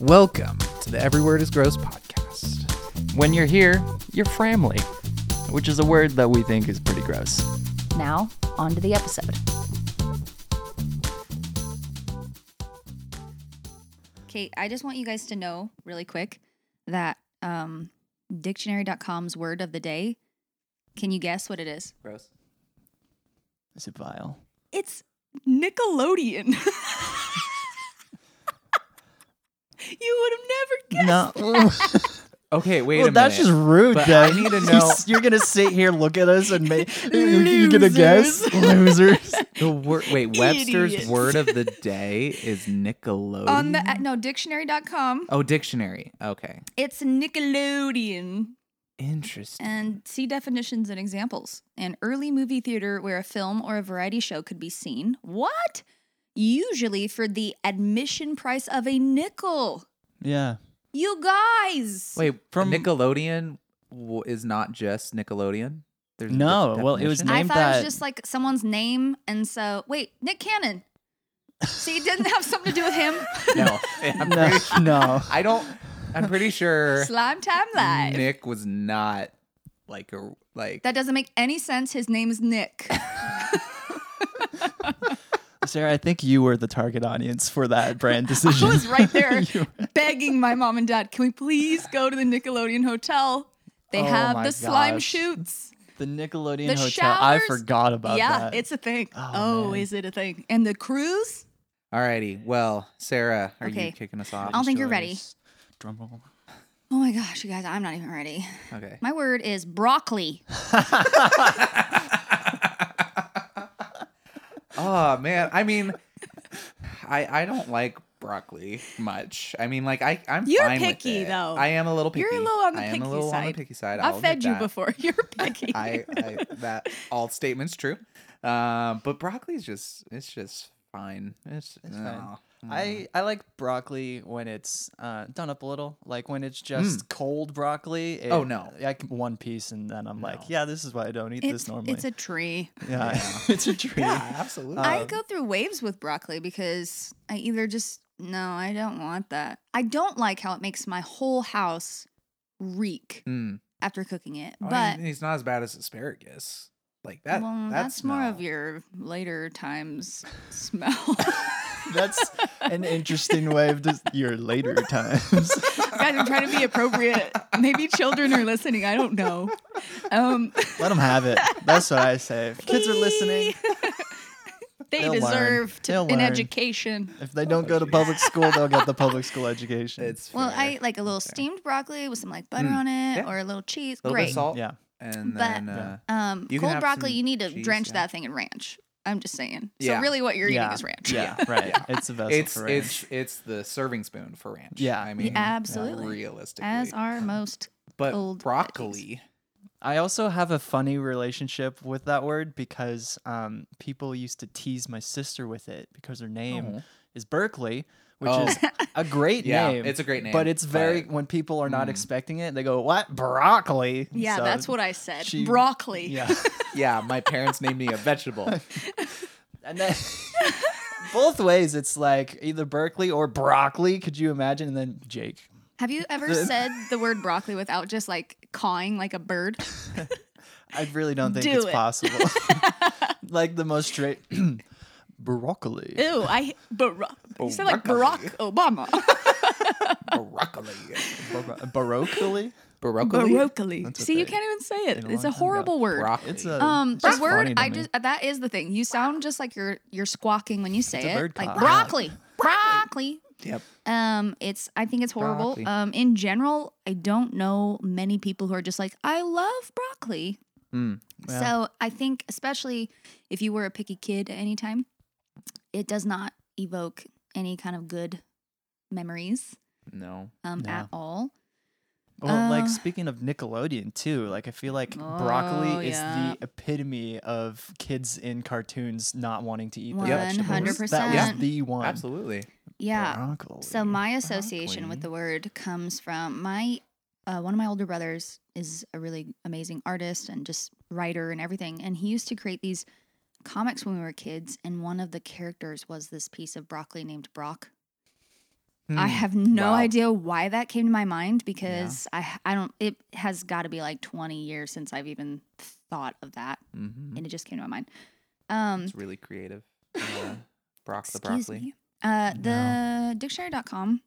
Welcome to the Every Word is Gross podcast. When you're here, you're family, which is a word that we think is pretty gross. Now, on to the episode. Okay, I just want you guys to know really quick that um, dictionary.com's word of the day. Can you guess what it is? Gross. Is it vile? It's Nickelodeon. you would have never guessed. No. Okay, wait well, a minute. that's just rude, But Doug. I need to You know- s- You're gonna sit here, look at us, and make you're gonna guess losers. the word. Wait, Webster's Idiots. word of the day is Nickelodeon. On the uh, no dictionary.com, oh, dictionary. Okay, it's Nickelodeon. interesting. and see definitions and examples. An early movie theater where a film or a variety show could be seen. What? Usually for the admission price of a nickel. Yeah. You guys. Wait, From- Nickelodeon w- is not just Nickelodeon. There's a No, different well, it was definition? I name thought it that- was just like someone's name, and so wait, Nick Cannon. See, it didn't have something to do with him. no. I'm No. pretty- no. I don't. I'm pretty sure Slime time live. Nick was not like a like. That doesn't make any sense. His name's Nick. Sarah, I think you were the target audience for that brand I decision. was right there You were- begging my mom and dad, can we please go to the Nickelodeon Hotel? They Oh have the my slime gosh. shoots. the Nickelodeon The hotel. I showers- forgot about yeah, that. it's a thing. Oh, Oh, man. is it a thing? And the cruise? Alrighty. Well, Sarah, are you Okay. kicking us off? I don't think you're ready. Joyce. Drum roll. Oh my gosh, you guys, I'm not even ready. Okay. My word is broccoli. oh man, I mean, I I don't like broccoli much. I mean, like I I'm You're fine with picky, it. though. I am a little picky. You're a little on the I am picky a little on the side. picky side. I've I'll fed admit you that. before. You're picky. I, I that all statements true. Um, but broccoli's just it's just fine. It's, uh, It's no. fine. I, I like broccoli when it's uh, done up a little, like when it's just cold broccoli. it- Oh, no. I can one piece, and then I'm No. like, yeah, this is why I don't eat it's, this normally. it's a tree. yeah, Yeah. it's a treat. yeah, absolutely. I Um, go through waves with broccoli because I either just no, I don't want that. I don't like how it makes my whole house reek Mm. after cooking it. I mean, But it's not as bad as asparagus. Like Oh, that. well, that's, that's, more no. of your later times smell. That's an interesting way of just your later times. Guys, I'm trying to be appropriate. Maybe children are listening. I don't know. Um, Let them have it. That's what I say. If kids are listening, they They'll learn. deserve to, They'll an learn. education. if they don't go to public school, they'll get the public school education. It's Well, I fair. ate like a little Fair. steamed broccoli with some like butter Mm. on it Yeah. or a little cheese. little bit Great. of salt. yeah. And But- then Yeah. uh, Um, You can cold have broccoli, some you need to cheese, drench yeah. that thing in ranch. I'm just saying. Yeah. So really, what you're yeah. eating is ranch. Yeah, right. It's a vessel it's for it's ranch. it's the serving spoon for ranch. Yeah. I Yeah, mean, absolutely. realistically, As are most. but cold broccoli. I also have a funny relationship with that word because um, people used to tease my sister with it because her name Oh. is Berkeley, which Oh. is a great Yeah, name. it's a great name, But it's very, but- when people are not Mm. expecting it, they go, What? Broccoli. Yeah, So, that's what I said. she- broccoli. Yeah. Yeah, my parents named me a vegetable. And then both ways, it's like either Berkeley or broccoli. Could you imagine? And then Jake. Have you ever The- said the word broccoli without just like cawing like a bird? I really don't think Do it's it. possible. like the most straight broccoli. Ew, I Barack. You said like Oh, Broccoli. Barack Obama. broccoli. Bar- Broccoli. Baroccoli? Baroccoli. That's what See, you they- can't even say it. in a It's a long time ago. horrible word. Broccoli. It's a Um, it's the just funny word to I me. just that is the thing. You sound just like you're you're squawking when you say It's a it. bird like cock. broccoli. Broccoli. yep. Um, it's I think it's horrible. Broccoli. Um, in general, I don't know many people who are just like, I love broccoli. Mm. Yeah. So I think especially if you were a picky kid at any time, it does not evoke any kind of good memories No. um No. at all. Well, like Uh, speaking of Nickelodeon too, like I feel like broccoli Oh, is yeah. the epitome of kids in cartoons not wanting to eat the One vegetables. That was hundred the one. Absolutely. Yeah. Broccoli. So my association with the word comes from my uh, one of my older brothers is a really amazing artist and just writer and everything, and he used to create these comics when we were kids, and one of the characters was this piece of broccoli named Brock. I Mm, Hmm. have no Wow. idea why that came to my mind because I I don't it has got to be like 20 years since I've even thought of that hmm and it just came to my mind. Um It's really creative. Uh, Brock the excuse broccoli. me. Uh No. the dictionary.com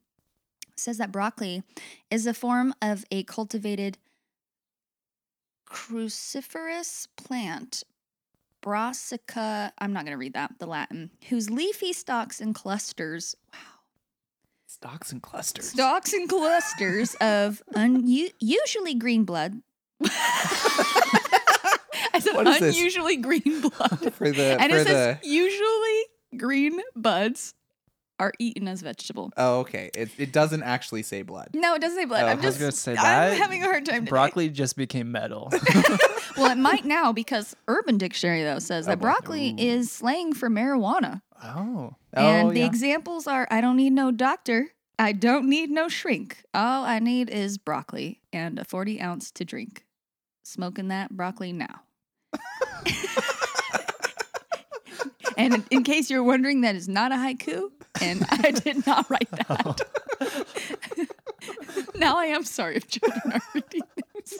says that broccoli is a form of a cultivated cruciferous plant Brassica, I'm not going to read that, the Latin, whose leafy stalks and clusters, wow, Stocks and clusters. Stalks and clusters of unu- usually green blood. I said What is this? unusually green blood. For the and for the it says usually green buds are eaten as vegetable. Oh, okay. It it doesn't actually say blood. No, it doesn't say blood. Oh, I'm I was just gonna say that. I'm having a hard time today. broccoli just became metal. Well, it might now because Urban Dictionary though says Oh, that boy. broccoli Ooh. is slang for marijuana. oh, oh, and the yeah. examples are I don't need no doctor. I don't need no shrink. All I need is broccoli and a 40 ounce to drink. Smoking that broccoli now. and in, in case you're wondering, that is not a haiku. And I did not write that. now I am sorry if children are reading this.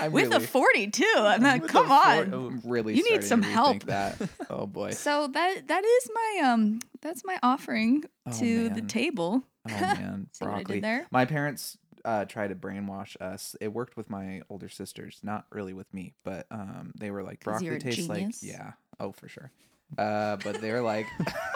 I'm With really, a 42. I'm like, With a come four- on. oh, I'm really you starting need to some rethink help. That. Oh boy. So that that is my um that's my offering Oh, to the man. table. Oh man, See what I broccoli. did there? My parents uh, tried to brainwash us. It worked with my older sisters, not really with me, but um, they were like, 'Cause you're broccoli a tastes genius? like, yeah, oh for sure. Uh, but they were like,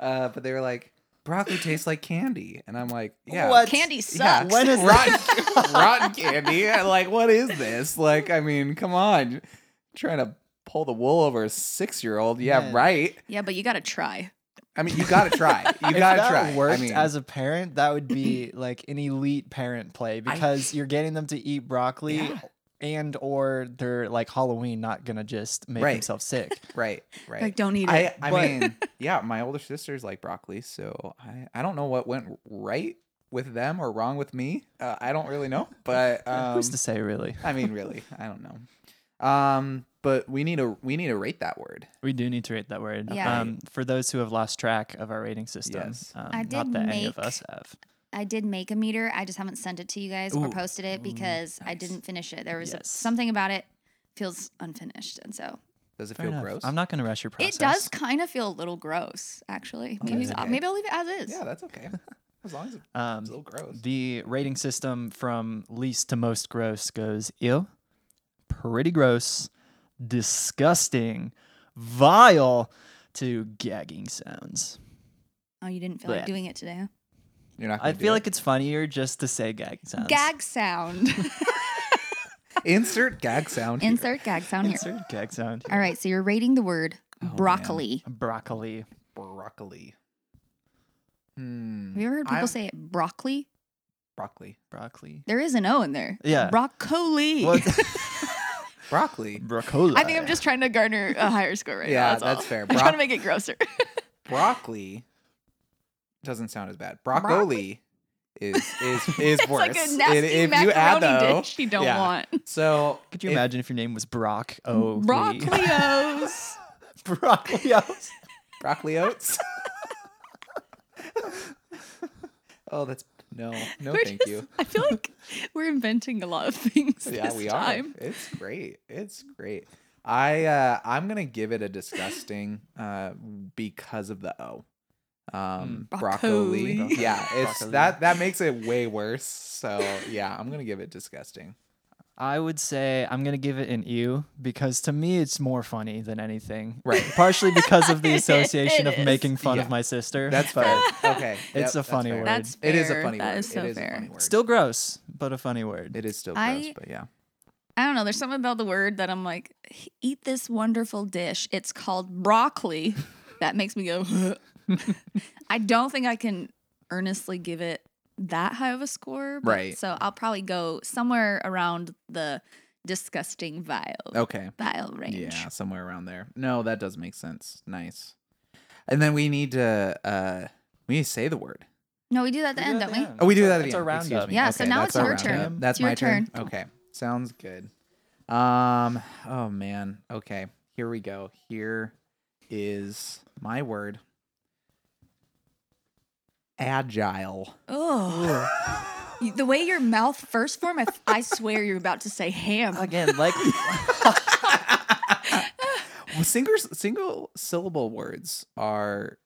uh, but they were like, broccoli tastes like candy, and I'm like, yeah, What? Candy Yeah. sucks. When is rotten, rotten candy. Like, what is this? Like, I mean, come on, trying to pull the wool over a six year old. Yeah, Man. right. Yeah, but you gotta try. I mean, you gotta try. You if gotta that try. Worked I mean, as a parent, that would be like an elite parent play because you're getting them to eat broccoli. Yeah. And or they're like Halloween, not gonna just make Right. themselves sick. right, right. Like don't eat it. I, I but- mean, yeah, my older sisters like broccoli, so I, I don't know what went right with them or wrong with me. Uh, I don't really know, but um, Who's to say, really? I mean, really, I don't know. Um, but we need to we need to rate that word. We do need to rate that word. Yeah. Um, for those who have lost track of our rating system, Yes. um, I not did that any of make- us have. I did make a meter. I just haven't sent it to you guys or Ooh. posted it because I nice. didn't finish it. There was a- Yes. something about it feels unfinished, and so Does it Fair feel enough. gross? I'm not gonna rush your process. it does kind of feel a little gross, actually. Maybe that's I'll- okay. maybe I'll leave it as is. Yeah, that's okay. As long as it's a Um, little gross. the rating system from least to most gross goes ill, pretty gross, disgusting, vile, to gagging sounds. Oh, you didn't feel Blech. like doing it today. huh? You're not. I gonna do feel it? like it's funnier just to say gagging sounds. Gag sound. insert gag sound. here. Insert gag sound here. Insert gag sound. All right, so you're rating the word man. broccoli. Broccoli. broccoli. Hmm. Have you ever heard people I'm- say it broccoli? broccoli? Broccoli. There is an O in there. Yeah. Broccoli. What? Broccoli. Broccoli. I think I'm just trying to garner a higher score right Yeah, now. all. that's fair. I'm trying Broc- to make it grosser. broccoli doesn't sound as bad. Broccoli, is is is it's worse. like a nasty It- if macaroni you add though, dish you don't yeah. want. so Could you if- imagine if your name was Brock O? Broccolios. Broccoli. broccoli oats? oh, that's no, no, We're thank just- you. I feel like we're inventing a lot of things Yeah, this we time. are. It's great. It's great. I uh, I'm gonna give it a disgusting uh, because of the O. Um, broccoli. Broccoli. Yeah, it's Hmm. Broccoli. that that makes it way worse. So yeah, I'm gonna give it disgusting. I would say I'm gonna give it an ew because to me it's more funny than anything. Right. Partially because of the It association of is. making fun Yeah. of my sister. That's but fair. Okay, It's a funny fair. word. That's fair. It is a funny That word. is so it is fair. a funny word. Still gross, but a funny word. it is still gross, I- but yeah. I don't know. There's something about the word that I'm like, eat this wonderful dish. It's called broccoli. that makes me go. I don't think I can earnestly give it that high of a score. but- Right. So I'll probably go somewhere around the disgusting vile Okay. vile range. Yeah, somewhere around there. No, that does make sense. Nice. And then we need to uh we need to say the word. No, we do that at the end, don't we? Oh, we do that at It's the a end. Excuse roundup. me. Yeah, so now that's it's our your turn. roundup. That's It's your my turn. Okay. Sounds good. Um oh man. Okay. Here we go. Here is my word agile. Oh. The way your mouth first formed, I, I swear you're about to say ham. Again, like Single single syllable words are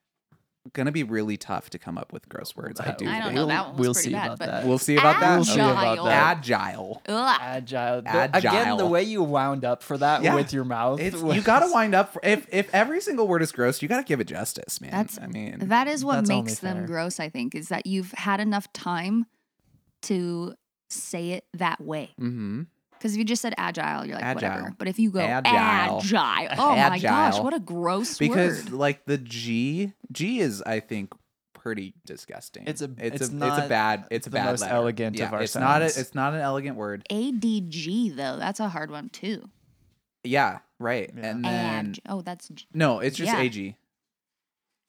gonna be really tough to come up with gross words. I do. I don't think. know, that one was we'll pretty see bad, about but- that. We'll see about that. We'll see about Agile. that. Agile. Ugh. Agile. The- Again, the Agile. way you wound up for that Yeah. with your mouth. It's, was- you gotta wind up for, if if every single word is gross, you gotta give it justice, man. That's- I mean, That is what That's only makes them fair. gross, I think, is that you've had enough time to say it that way. mm-hmm. Because if you just said agile, you're like, whatever. Agile. But if you go agile, Agile. oh my gosh, Agile. what a gross because word. like the G G is I think pretty disgusting. It's a- it's it's a not bad it's a the bad most letter. elegant of our it's not a, sounds. it's not an elegant word. ADG, though, that's a hard one too. Yeah, right. Yeah. And then Ag- oh, that's j- no, it's just Yeah. AG.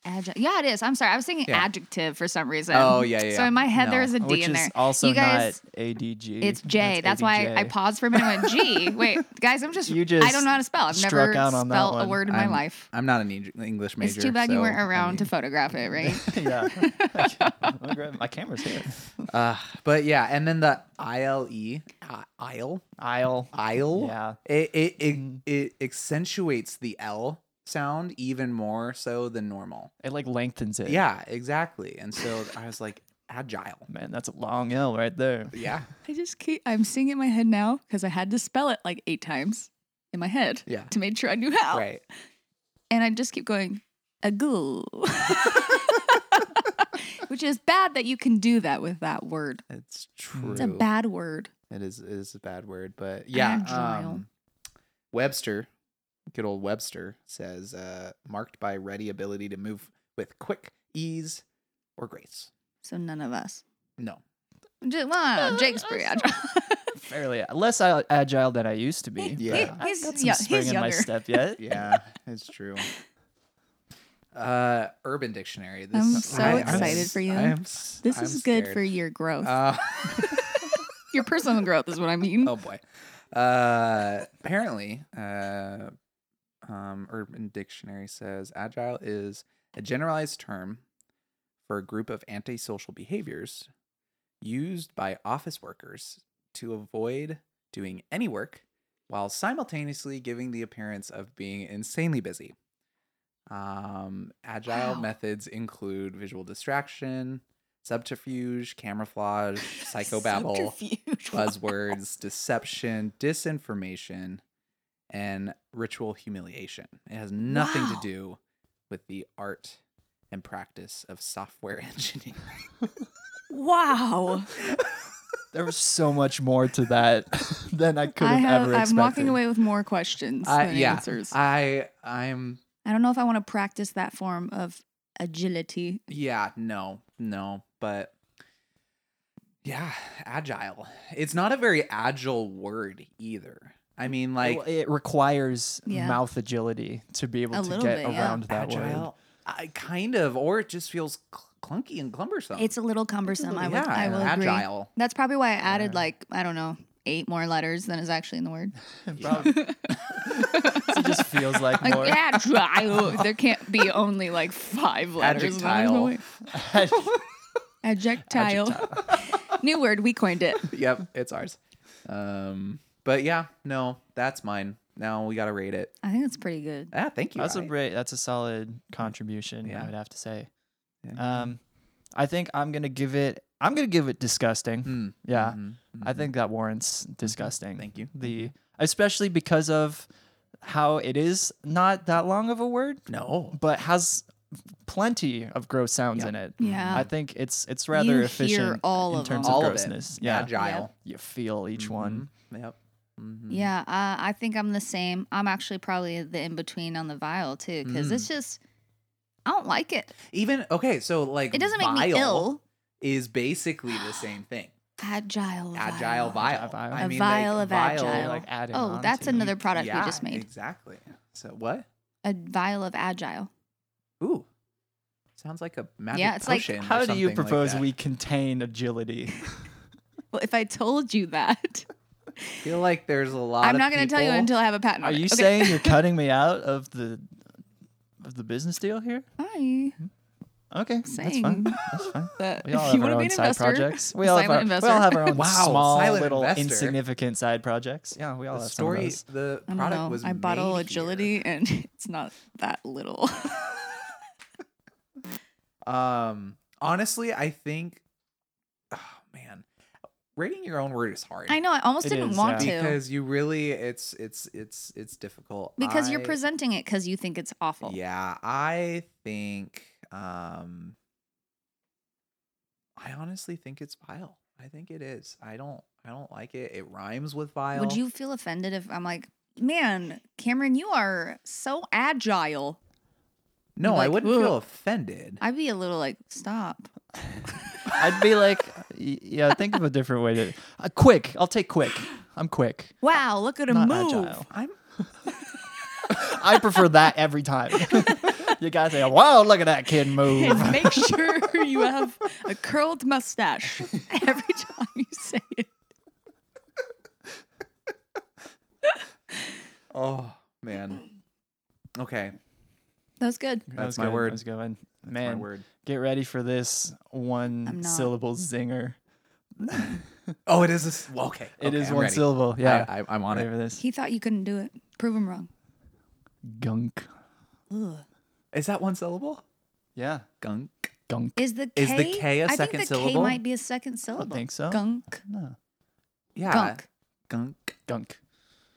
agile. Yeah, it is. I'm sorry. I was thinking Yeah. adjective for some reason. Oh, yeah, yeah, So yeah. in my head, No. there's a D which in there. is also You guys- not ADG. It's J. That's, why I ADJ. paused for a minute and went, G. Wait, guys, I'm just, You I don't just know how to spell. I've never struck out on that spelled a one. word in my I'm- life. I'm not an Eng- English major. it's too bad you so, weren't I around to mean, photograph it, right? yeah. I'll grab- My camera's here. uh, but yeah, and then the ILE, uh, ILE, Aisle. ILE. Yeah. It it it, Mm. it accentuates the L sound even more so than normal. It like lengthens it. Yeah, exactly. And so I was like agile. Man, that's a long L right there. Yeah. I just keep, I'm seeing it in my head now because I had to spell it like eight times in my head Yeah. to make sure I knew how. Right. And I just keep going, a goo. Which is bad that you can do that with that word. It's true. It's a bad word. It is it is a bad word, but yeah. Agile. Um, Webster, good old Webster says, uh, marked by ready ability to move with quick ease or grace. So none of us. No. Just, well, Jake's pretty agile. Fairly less a- agile than I used to be. Yeah. but I've He's- got some yeah, he's spring in my younger. step yet. Yeah, it's true. Uh, Urban Dictionary. This, I'm so I'm excited s- for you. I am, s- This I'm is good scared. for your growth. Uh, your personal growth is what I mean. oh boy. Uh, apparently, uh, um, Urban Dictionary says agile is a generalized term for a group of antisocial behaviors used by office workers to avoid doing any work while simultaneously giving the appearance of being insanely busy. Um, agile Wow. methods include visual distraction, subterfuge, camouflage, psychobabble Subterfuge. buzzwords, deception, disinformation, and ritual humiliation. It has nothing Wow. to do with the art and practice of software engineering. Wow. There was so much more to that than I could I have, have, ever I'm expected. walking away with more questions I- than yeah. answers. I, I I'm don't know if I want to practice that form of agility. yeah, no, no, but yeah, agile. It's not a very agile word either. I mean like Well, it requires Yeah. mouth agility to be able A to little get bit, yeah. around that word. agile I kind of or it just feels cl- clunky and cumbersome. It's a little cumbersome. I, would, Oh. yeah, I will agree. agile. That's probably why I added like, I don't know, eight more letters than is actually in the word. Probably- it just feels like Like, more agile. there can't be only like five letters. in the Adjectile. word. Adjectile. New word. We coined it. yep, it's ours. Um, but yeah, no, that's mine. Now we gotta rate it. I think that's pretty good. Ah, thank you. That's a Adi. great. That's a solid contribution. I Yeah. would have to say. Thank Um, I think I'm gonna give it. I'm gonna give it disgusting. Mm, Yeah, mhm, I mhm. think that warrants disgusting. Thank you. The Mm-hmm. especially because of how it is not that long of a word, no. but has plenty of gross sounds Yeah. in it. Yeah. I think it's it's rather You efficient hear all in of terms them. All of of it. grossness. Yeah, Agile. you feel each one. Mhm, Yep. Mhm. Yeah, uh, I think I'm the same. I'm actually probably the in between on the vial too, because Mm. it's just I don't like it. Even okay, so like It doesn't make me vile ill. Is basically the same thing. Agile. Agile vial. vile. vile. I A mean, vial like, of vile, agile. Like adding Oh, on that's to it. another product yeah, we just made. Exactly. So what? A vial of agile. Ooh, sounds like a magic Yeah, it's like- potion. or How do something you like propose that. we contain agility? Well, if I told you that, Feel like there's a lot. I'm of not going to tell you people- until I have a patent. Are on it. you Okay. saying you're cutting me out of the of the business deal here? Hi. Okay, that's fine. Saying. That's fine. That We all you have want our to be own an side investor. projects. We A all, have our, silent we all have investor. our own Wow, small silent little investor. insignificant side projects. Yeah, we all the have some of story, those. the I don't product know. was. I bought a little made agility, here. and it's not that little. Um, honestly, I think, oh man, rating your own word is hard. I know. I almost It didn't is, want yeah. to because, because you really, it's it's it's it's difficult you're I- presenting it because you think it's awful. Yeah, I think. Um, I honestly think it's vile. I think it is. I don't. I don't like it. It rhymes with vile. Would you feel offended if I'm like, man, Cameron, you are so agile? No, I like, wouldn't "Ugh." feel offended. I'd be a little like, stop. I'd be like, y- yeah, think of a different way to. Uh, quick, I'll take quick. I'm quick, Wow, look at him not move. agile. I'm I prefer that every time. you guys say, "Wow, look at that kid move." And make sure you have a curled mustache every time you say it. Oh man. Okay, That was good. That was my good. word. That was going. my Man, word. get ready for this I'm one not. syllable zinger. Oh, it is. A, s- well, okay, It is okay, I'm one ready. syllable. I- Yeah, I, I'm on ready it. for this He thought you couldn't do it. Prove him wrong. gunk. Ugh. Is that one syllable? Yeah, Gunk. gunk. Is the K? Is the K a I second think the K syllable? might be a second syllable. think so. Gunk. No, Yeah. Gunk. Gunk. gunk.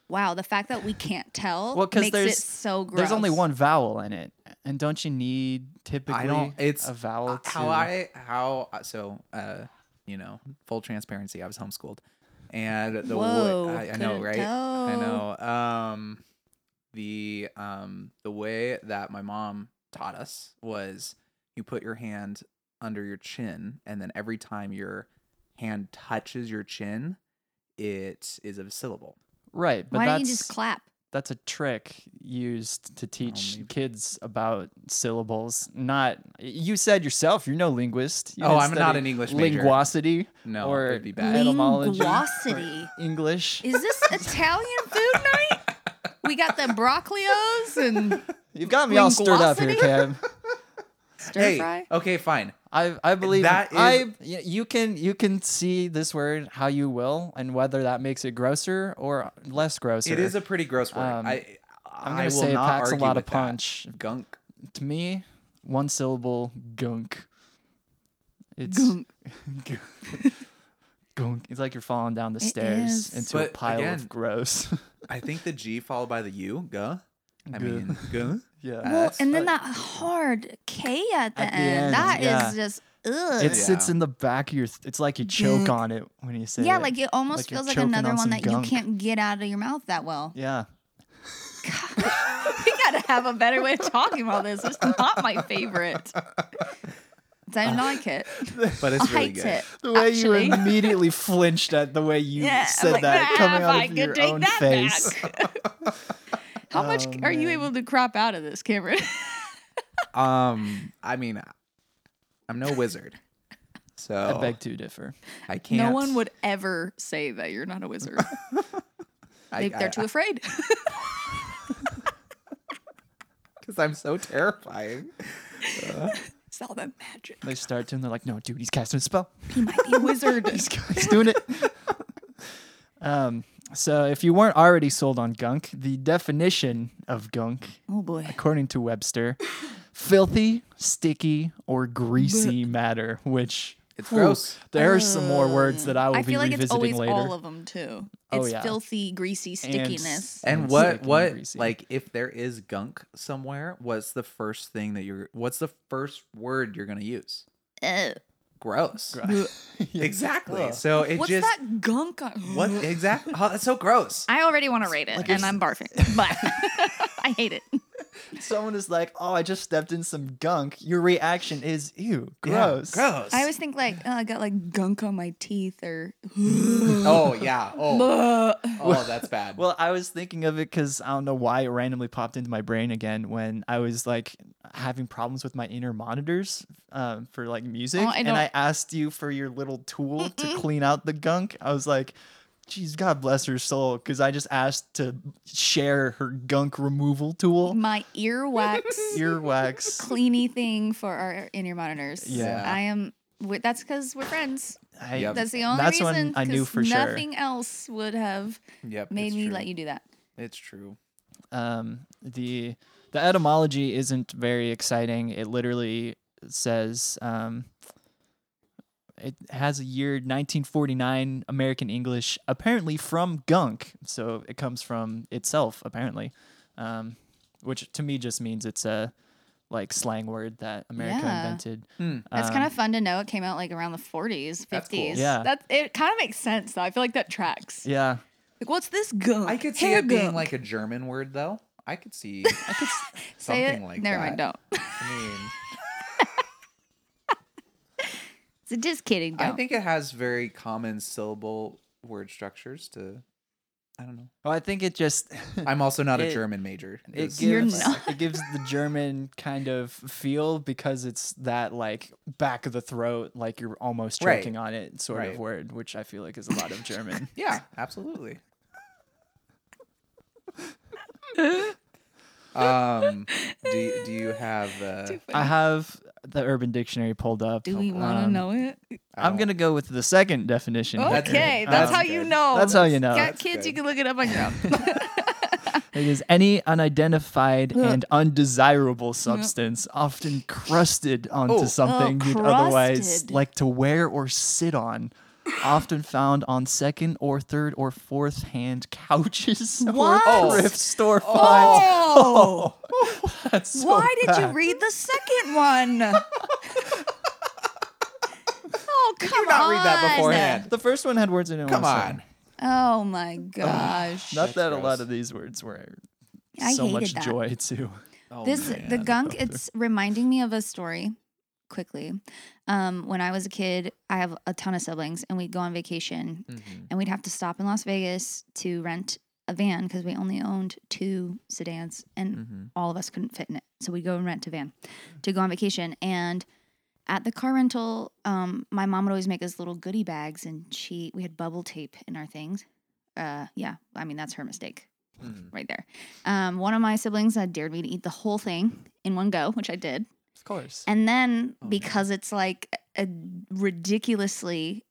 Wow, the fact that we can't tell Well, 'cause makes it there's- so gross. There's only one vowel in it, and don't you need typically don't- it's- a vowel? To, Uh, How I how so uh you know full transparency I was homeschooled and the wo- Whoa, I, I know couldn't right I tell. know um the um the way that my mom taught us was you put your hand under your chin and then every time your hand touches your chin it is a syllable Right, but Why that's don't you just clap? that's a trick used to teach Oh, maybe. kids about syllables. Not you said yourself, you're no linguist. You Oh, didn't I'm not study an English major. linguosity. No, or it'd be bad. etymology, or Linguosity. English. Is this Italian food night? We got the broccolios and You've got me all stirred up here, Cam. stir hey fry. okay fine I I believe That is- I y- you can you can see this word how you will and whether that makes it grosser or less grosser. it is a pretty gross word Um, I I'm I gonna will say it not packs a argue lot of with that. punch. gunk To me, one syllable gunk. It's Gunk. gunk. It's like you're falling down the It stairs is. into a But pile again- of gross. I think the G followed by the U, guh. I Guh. mean, guh. yeah. Well, that's and then that hard K at the, At the end. end, That is yeah. just ugh. it sits Yeah. in the back of your. Th- it's like you choke on it when you say. yeah, it. like it almost like you're feels like choking another on one some that gunk. you can't get out of your mouth that well. Yeah. we gotta have a better way of talking about this. It's not my favorite. I don't like it. But it's I really hate good. it. The way actually. you immediately flinched at the way you Yeah, I'm said like, that "Ah, coming if out I of could your take own that face. back." How much Oh, are you man. able to crop out of this, Cameron? Um, I mean, I'm no wizard, so I I, beg to differ. can't. No one would ever say that you're not a wizard. I, They, they're too afraid. because I'm so terrifying. it's all about magic. They start to and they're like, "No, dude, he's casting a spell. He might be a wizard. He's doing it." um. So, if you weren't already sold on gunk, the definition of gunk, oh boy. according to Webster, filthy, sticky, or greasy matter, which It's gross. There are some more words that I will Uh, I be feel like it's revisiting always later. all of them too. Oh, It's yeah. filthy, greasy stickiness. And It's sick what and what greasy. like if there is gunk somewhere, what's the first thing that you're? What's the first word you're gonna use? Ugh. Gross. Yeah. Exactly. Ugh. So it What's just that gunk? On? what exactly? Oh, that's so gross. I already want to rate it, and I'm barfing, but I hate it. Someone is like, "Oh, I just stepped in some gunk." Your reaction is, "Ew, Yeah, gross." gross. I always think like oh, I got like gunk on my teeth or. oh yeah. Oh, Ugh. oh that's bad. Well, I was thinking of it because I don't know why it randomly popped into my brain again when I was like having problems with my inner monitors um, for like music, I and don't- I asked you for your little tool to clean out the gunk. I was like, Jeez, God bless her soul, because I just asked to share her gunk removal tool, My earwax earwax. cleany thing for our in ear monitors. Yeah. I am. wi- That's because we're friends. I, Yep. That's the only That's one reason. I knew 'cause for sure. Nothing else would have Yep. made it's me true. let you do that. It's true. um, the the etymology isn't very exciting. It literally says um, it has a year 1949 American English, apparently from gunk. So it comes from itself, apparently, um, which to me just means it's a like slang word that America Yeah. Hmm. invented. That's Um, kind of fun to know. It came out like around the 40s, 50s. That's cool. Yeah. That it kind of makes sense though. I feel like that tracks. yeah. Like, what's this gunk? I could see Hair it being gunk. like a German word though. I could see I could s- Say something it. like Never that. mind. Don't. I mean, So just kidding. Don't. I think it has very common syllable word structures to I don't know. Well, I think it just I'm also not It- a German major. it is- You're gives not. it gives the German kind of feel because it's that like back of the throat, like you're almost Right. choking on it sort of Right. word, which I feel like is a lot of German. Yeah, absolutely. um do, do you have uh Too I funny. have the Urban Dictionary pulled up. Do we want to Um, know it? I I'm don't- gonna go with the second definition. here. Oh, Okay, good. that's Um, how you good. know. That's how you know. Got That's kids, good. you can look it up on your own. It is any unidentified Ugh. and undesirable substance often crusted onto Oh. Oh, something you'd otherwise crusted. like to wear or sit on. often found on second or third or fourth hand couches What? or Oh. thrift store finds. oh, That's so why did you bad. read the second one? oh, come did not on. read that beforehand. The first one had words in it. Come I'm sorry. on. Oh my gosh. Not That's that a lot gross. of these words were I so hated much that. joy to. Oh, this the man. gunk it's reminding me of a story quickly um when i was a kid i have a ton of siblings and we'd go on vacation Mhm. and we'd have to stop in las vegas to rent a van because we only owned two sedans and Mhm. all of us couldn't fit in it so we'd go and rent a van to go on vacation and at the car rental um my mom would always make us little goodie bags and she we had bubble tape in our things uh yeah i mean that's her mistake Mhm. right there. Um, one of my siblings uh, dared me to eat the whole thing in one go, which I did. Of course. And then Oh, no. because it's like a ridiculously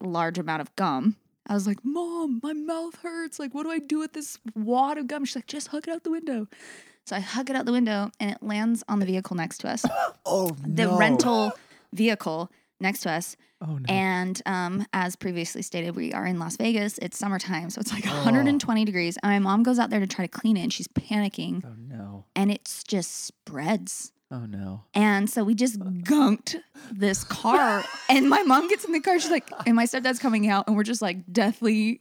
large amount of gum, I was like, Mom, my mouth hurts. Like, what do I do with this wad of gum? She's like, just hug it out the window. So I hug it out the window and it lands on the vehicle next to us, Oh, the no. rental vehicle next to us. Oh, no. And um, as previously stated, we are in Las Vegas. It's summertime, so it's Oh. like 120 degrees. And my mom goes out there to try to clean it, and she's panicking, Oh no. and it's just spreads. Oh no. And so we just gunked this car, and my mom gets in the car. She's like, and my stepdad's coming out, and we're just like deathly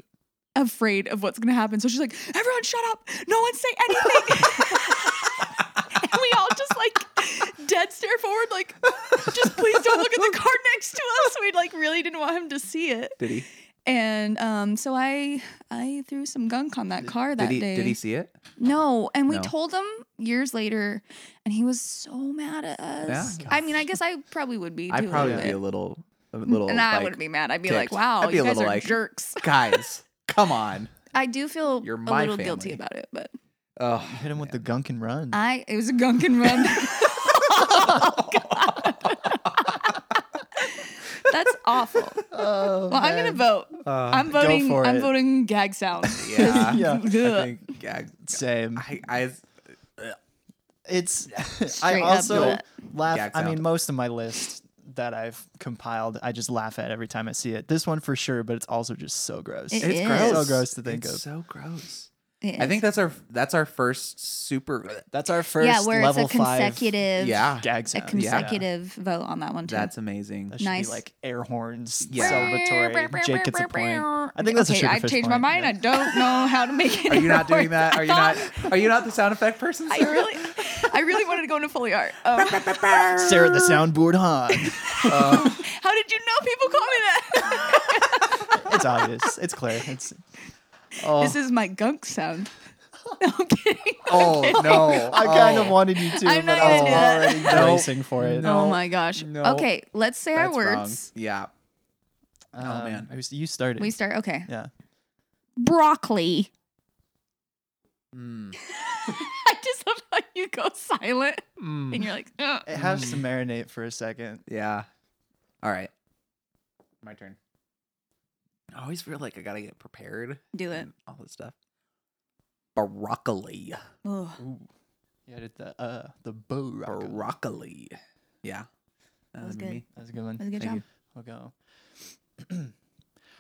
afraid of what's gonna happen. So she's like, everyone, shut up! No one say anything. and we all just like dead stare forward, like, just please don't look at the car next to us. We like really didn't want him to see it. Did he? And um, so I I threw some gunk on that car that Did he? day. Did he see it? No, and we No. told him years later, and he was so mad at us. Yeah. I mean, I guess I probably would be. I too, a probably little be a little, a little. bit. and I like, wouldn't be mad. I'd be ticked. like, "Wow, I'd be you a guys little are like- jerks." guys, come on. I do feel You're a my little guilty family. about it, but Oh, Hit him with the gunk and run. I it was a gunk and run. That's awful. Oh, Well, I'm gonna man. vote. Uh, I'm voting. for I'm it. voting gag sound. yeah, Yeah. I think gag. Same. I, I, It's. I Straight up also do it. laugh. Gag I mean, sound. most of my list that I've compiled, I just laugh at every time I see it. This one for sure, but it's also just so gross. It it's is. gross. So gross to think It's of. So gross. It I is. think that's our that's our first super. That's our first yeah, where it's level a consecutive. Yeah, five gag a sound. consecutive vote on that one too. that's amazing. That should Nice. be like air horns, Yeah. celebratory. Jake gets a point. I think that's a okay. I sugarfish changed my point. mind. I don't know how to make it. Are you not doing work. that? I Are you not? Are you not the sound effect person? thought- I Sarah? really, I really wanted to go into Foley art. Um, Sarah the soundboard, huh? how did you know people call me that? it's obvious. It's clear. It's. Oh, this is my gunk sound. No, I'm kidding. Oh no! I kind Oh. of wanted you to, I'm but not I gonna was do that. already No. bracing for it. No. oh my gosh. no. Okay, let's say our That's wrong. words. Yeah. Um, man. I was- you started. We start. Okay. yeah. broccoli. Hmm. Mm. I just love how you go silent Hmm. Mm. and you're like, "Ugh." It has to marinate for a second. Yeah. All right. My turn. I always feel like I gotta get prepared. do it. and All this stuff. Broccoli. Ugh. Ooh. Yeah, did the uh the bow Broccoli. Yeah. That was would be good. me. That's a good one. That's a good Thank job. We'll go.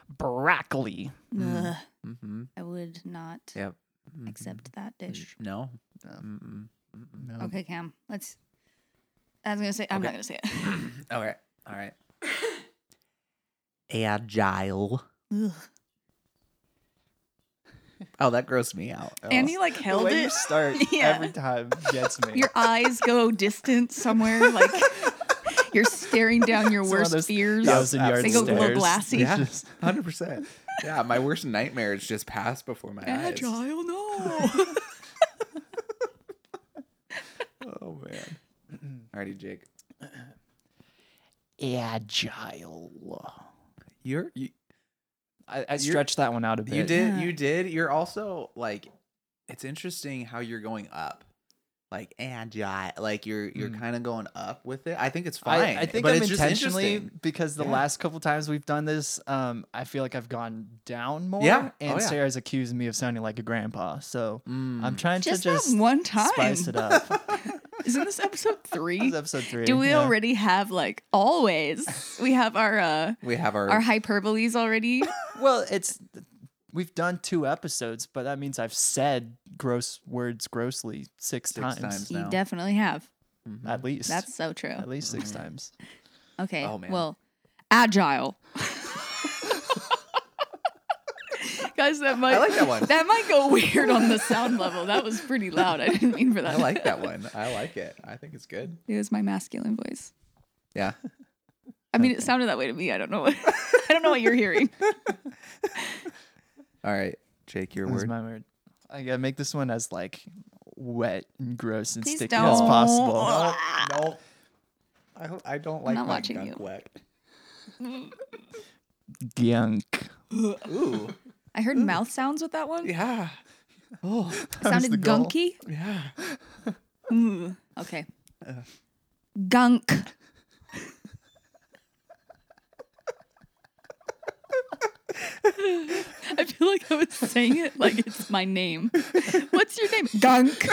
Broccoli. Mm. Ugh. Mm-hmm. I would not Yep. Mm-hmm. Mhm. accept that Mm, dish. No. No. Mm-mm. Mm-mm. No. Okay, Cam. Let's. I was gonna say I'm Okay. not gonna say it. All right. All right. Agile. Ugh. Oh, that grossed me out. Oh. And you like The held way you it. start Yeah. every time gets me. Your eyes go distant somewhere. Like you're staring down your It's one of worst those fears. thousand yard They go a stares. little glassy. Yeah, hundred percent. Yeah, my worst nightmares just passed before my eyes. Agile, no. Oh man. Alrighty, Jake. Agile. You're you, I, I stretched that one out a bit. you did Yeah. you did. You're also like, it's interesting how you're going up. Like agile, like you're you're Mm. kind of going up with it. I think it's I- fine. I, think but I'm it's just intentionally interesting. because the Yeah. last couple times we've done this, um, I feel like I've gone down more. Yeah. Oh, and yeah. Sarah's accused me of sounding like a grandpa, so I'm Mm. trying just to that just one time. spice it up. Isn't this episode This three? is episode three. Do we yeah. already have like always? We have our uh we have our, our hyperboles already. Well, it's we've done two episodes, but that means I've said gross words grossly six, Six times. you No. definitely have. Mhm. at least. Mm-hmm. That's so true. at least six times. Okay. Oh, man. Well, agile. Guys, that might I like that one. that might go weird on the sound level. That was pretty loud. I didn't mean for I that. like that one. I like it. I think it's good. It was my masculine voice. Yeah. I mean, it sounded that way to me. I don't know what I don't know what you're hearing. All right, Jake, your That was word. my word. I gotta make this one as like wet and gross and Please sticky as don't. possible. No, no. I, ho- I don't like Ah. not my watching you. gunk wet. Gunk. Ooh, I heard mouth sounds with that one. Mm. yeah. Oh, It That was the sounded goal. gunky. yeah. Ooh, okay. Uh. Gunk. I feel like I was saying it like it's my name. What's your name? Gunk.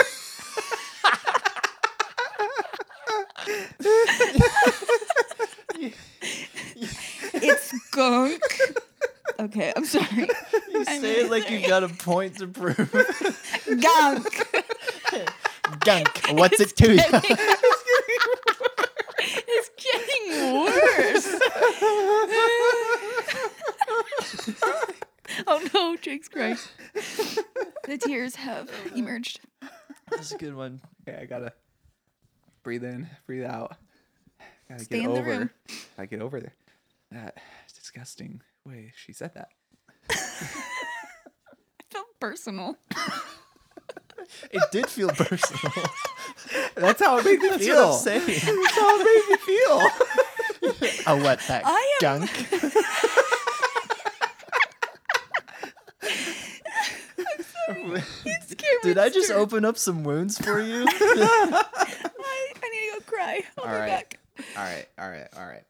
it's gunk. Okay, I'm sorry. You I'm say it like you got a point to prove. Gunk. Gunk. What's it to you? It's getting worse. oh no, Jake's crying. The tears have emerged. That's a good one. Okay, I gotta breathe in, breathe out. Gotta Stay get in the over. room. I get over there. That disgusting way she said that. I felt personal. It did feel personal. That's how it made me That's feel. what I'm saying. That's how it made me feel. A wet pack. I am- Gunk. It scared Did me I just straight. open up some wounds for you? I, I need to go cry. I'll All be right. back. All right, all right, all right.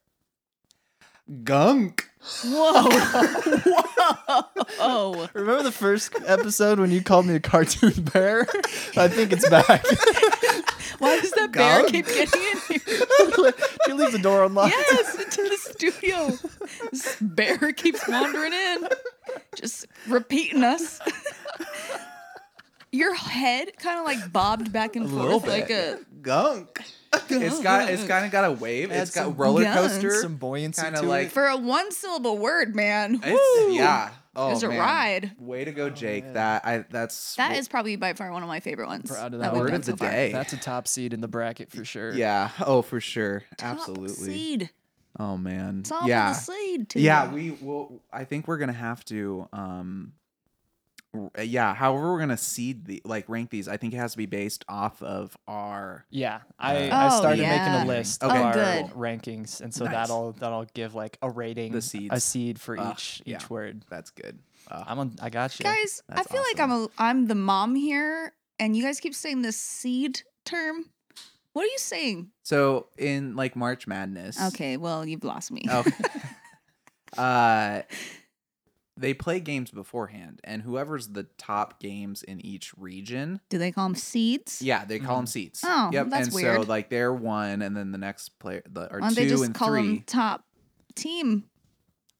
Gunk. Oh, Remember the first episode when you called me a cartoon bear? I think it's back. why does that bear Gunk. keep getting in here? she leaves the door unlocked. Yes, into the studio. This bear keeps wandering in, just repeating us. Your head kind of like bobbed back and little forth, like a bit. gunk. It's got it's kind of got a wave. Add It's got some roller guns, coaster. Some buoyancy Kinda to like- it. for a one syllable word, man. Woo! It's, yeah. Oh, was a man. ride. Way to go, Jake. Oh, man. that I that's That is probably by far one of my favorite ones. Proud of that we've word done of the so far. day. That's a top seed in the bracket for sure. yeah. Oh, for sure. Top Absolutely. Seed. Oh man. Top yeah. of the seed. To Yeah, we will I think we're going to have to um r- yeah, however we're going to seed the like rank these. I think it has to be based off of our Yeah, I, Uh, I Oh, started yeah. making a list Okay. of Oh, our good. rankings, and so Nice. that'll that'll give like a rating, The a seeds. seed for Ah, each yeah. each word. that's good. I'm on. I got you. Guys, I That's feel like I'm a I'm the mom here, and you guys keep saying this seed term. What are you saying? So in like March Madness. Okay, well you've lost me. Oh. uh, they play games beforehand, and whoever's the top games in each region, Do they call them seeds? yeah, they call them Mhm. seats. Oh, that's and so weird. like they're one, and then the next player the, or Why don't two they just and call three. them top team?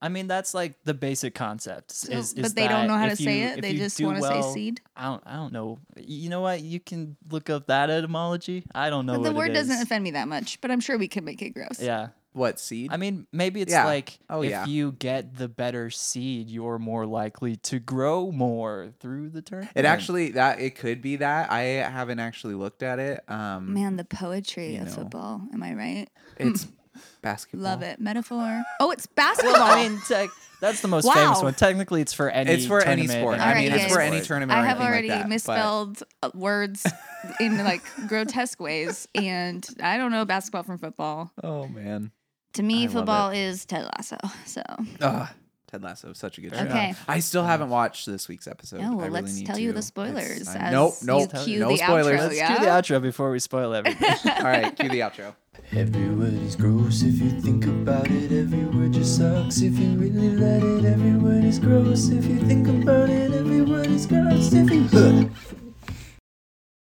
I mean, that's like the basic concept. So- is, is Oh, but they don't that know how to if you- say it. if They you just do want to well- say seed. I don't. I don't know. You know what? You can look up that etymology. I don't know. But the what word it doesn't is. offend me that much, but I'm sure we can make it gross. Yeah. What seed? I mean, maybe it's Yeah. like Oh, if yeah. you get the better seed, you're more likely to grow more through the term. it actually that it could be that I haven't actually looked at it. Um, Man, the poetry You of know. football. Am I right? it's basketball. Love it. Metaphor. Oh, it's basketball. Well, I mean, tec- that's the most famous Wow. one. Technically, it's for any. It's for any tournament sport. and I Alright, mean, yeah, it's for yeah. any sport. tournament. Or I have anything already like that, but- misspelled uh words in like grotesque ways, and I don't know basketball from football. Oh man. To I me, love football is Ted Lasso. So, Ugh. Ted Lasso, such a good show. Fair Okay. I still haven't watched this week's episode. no, I well, really let's need tell you to. the It's- spoilers. I- as nope, you nope, cue no the spoilers. Outro, Let's Oh, yeah? Let's do the outro before we spoil everything. All right, cue the outro. Every word is gross if you think about it. Every word just sucks if you really let it. Every word is gross if you think about it. Every word is gross if you.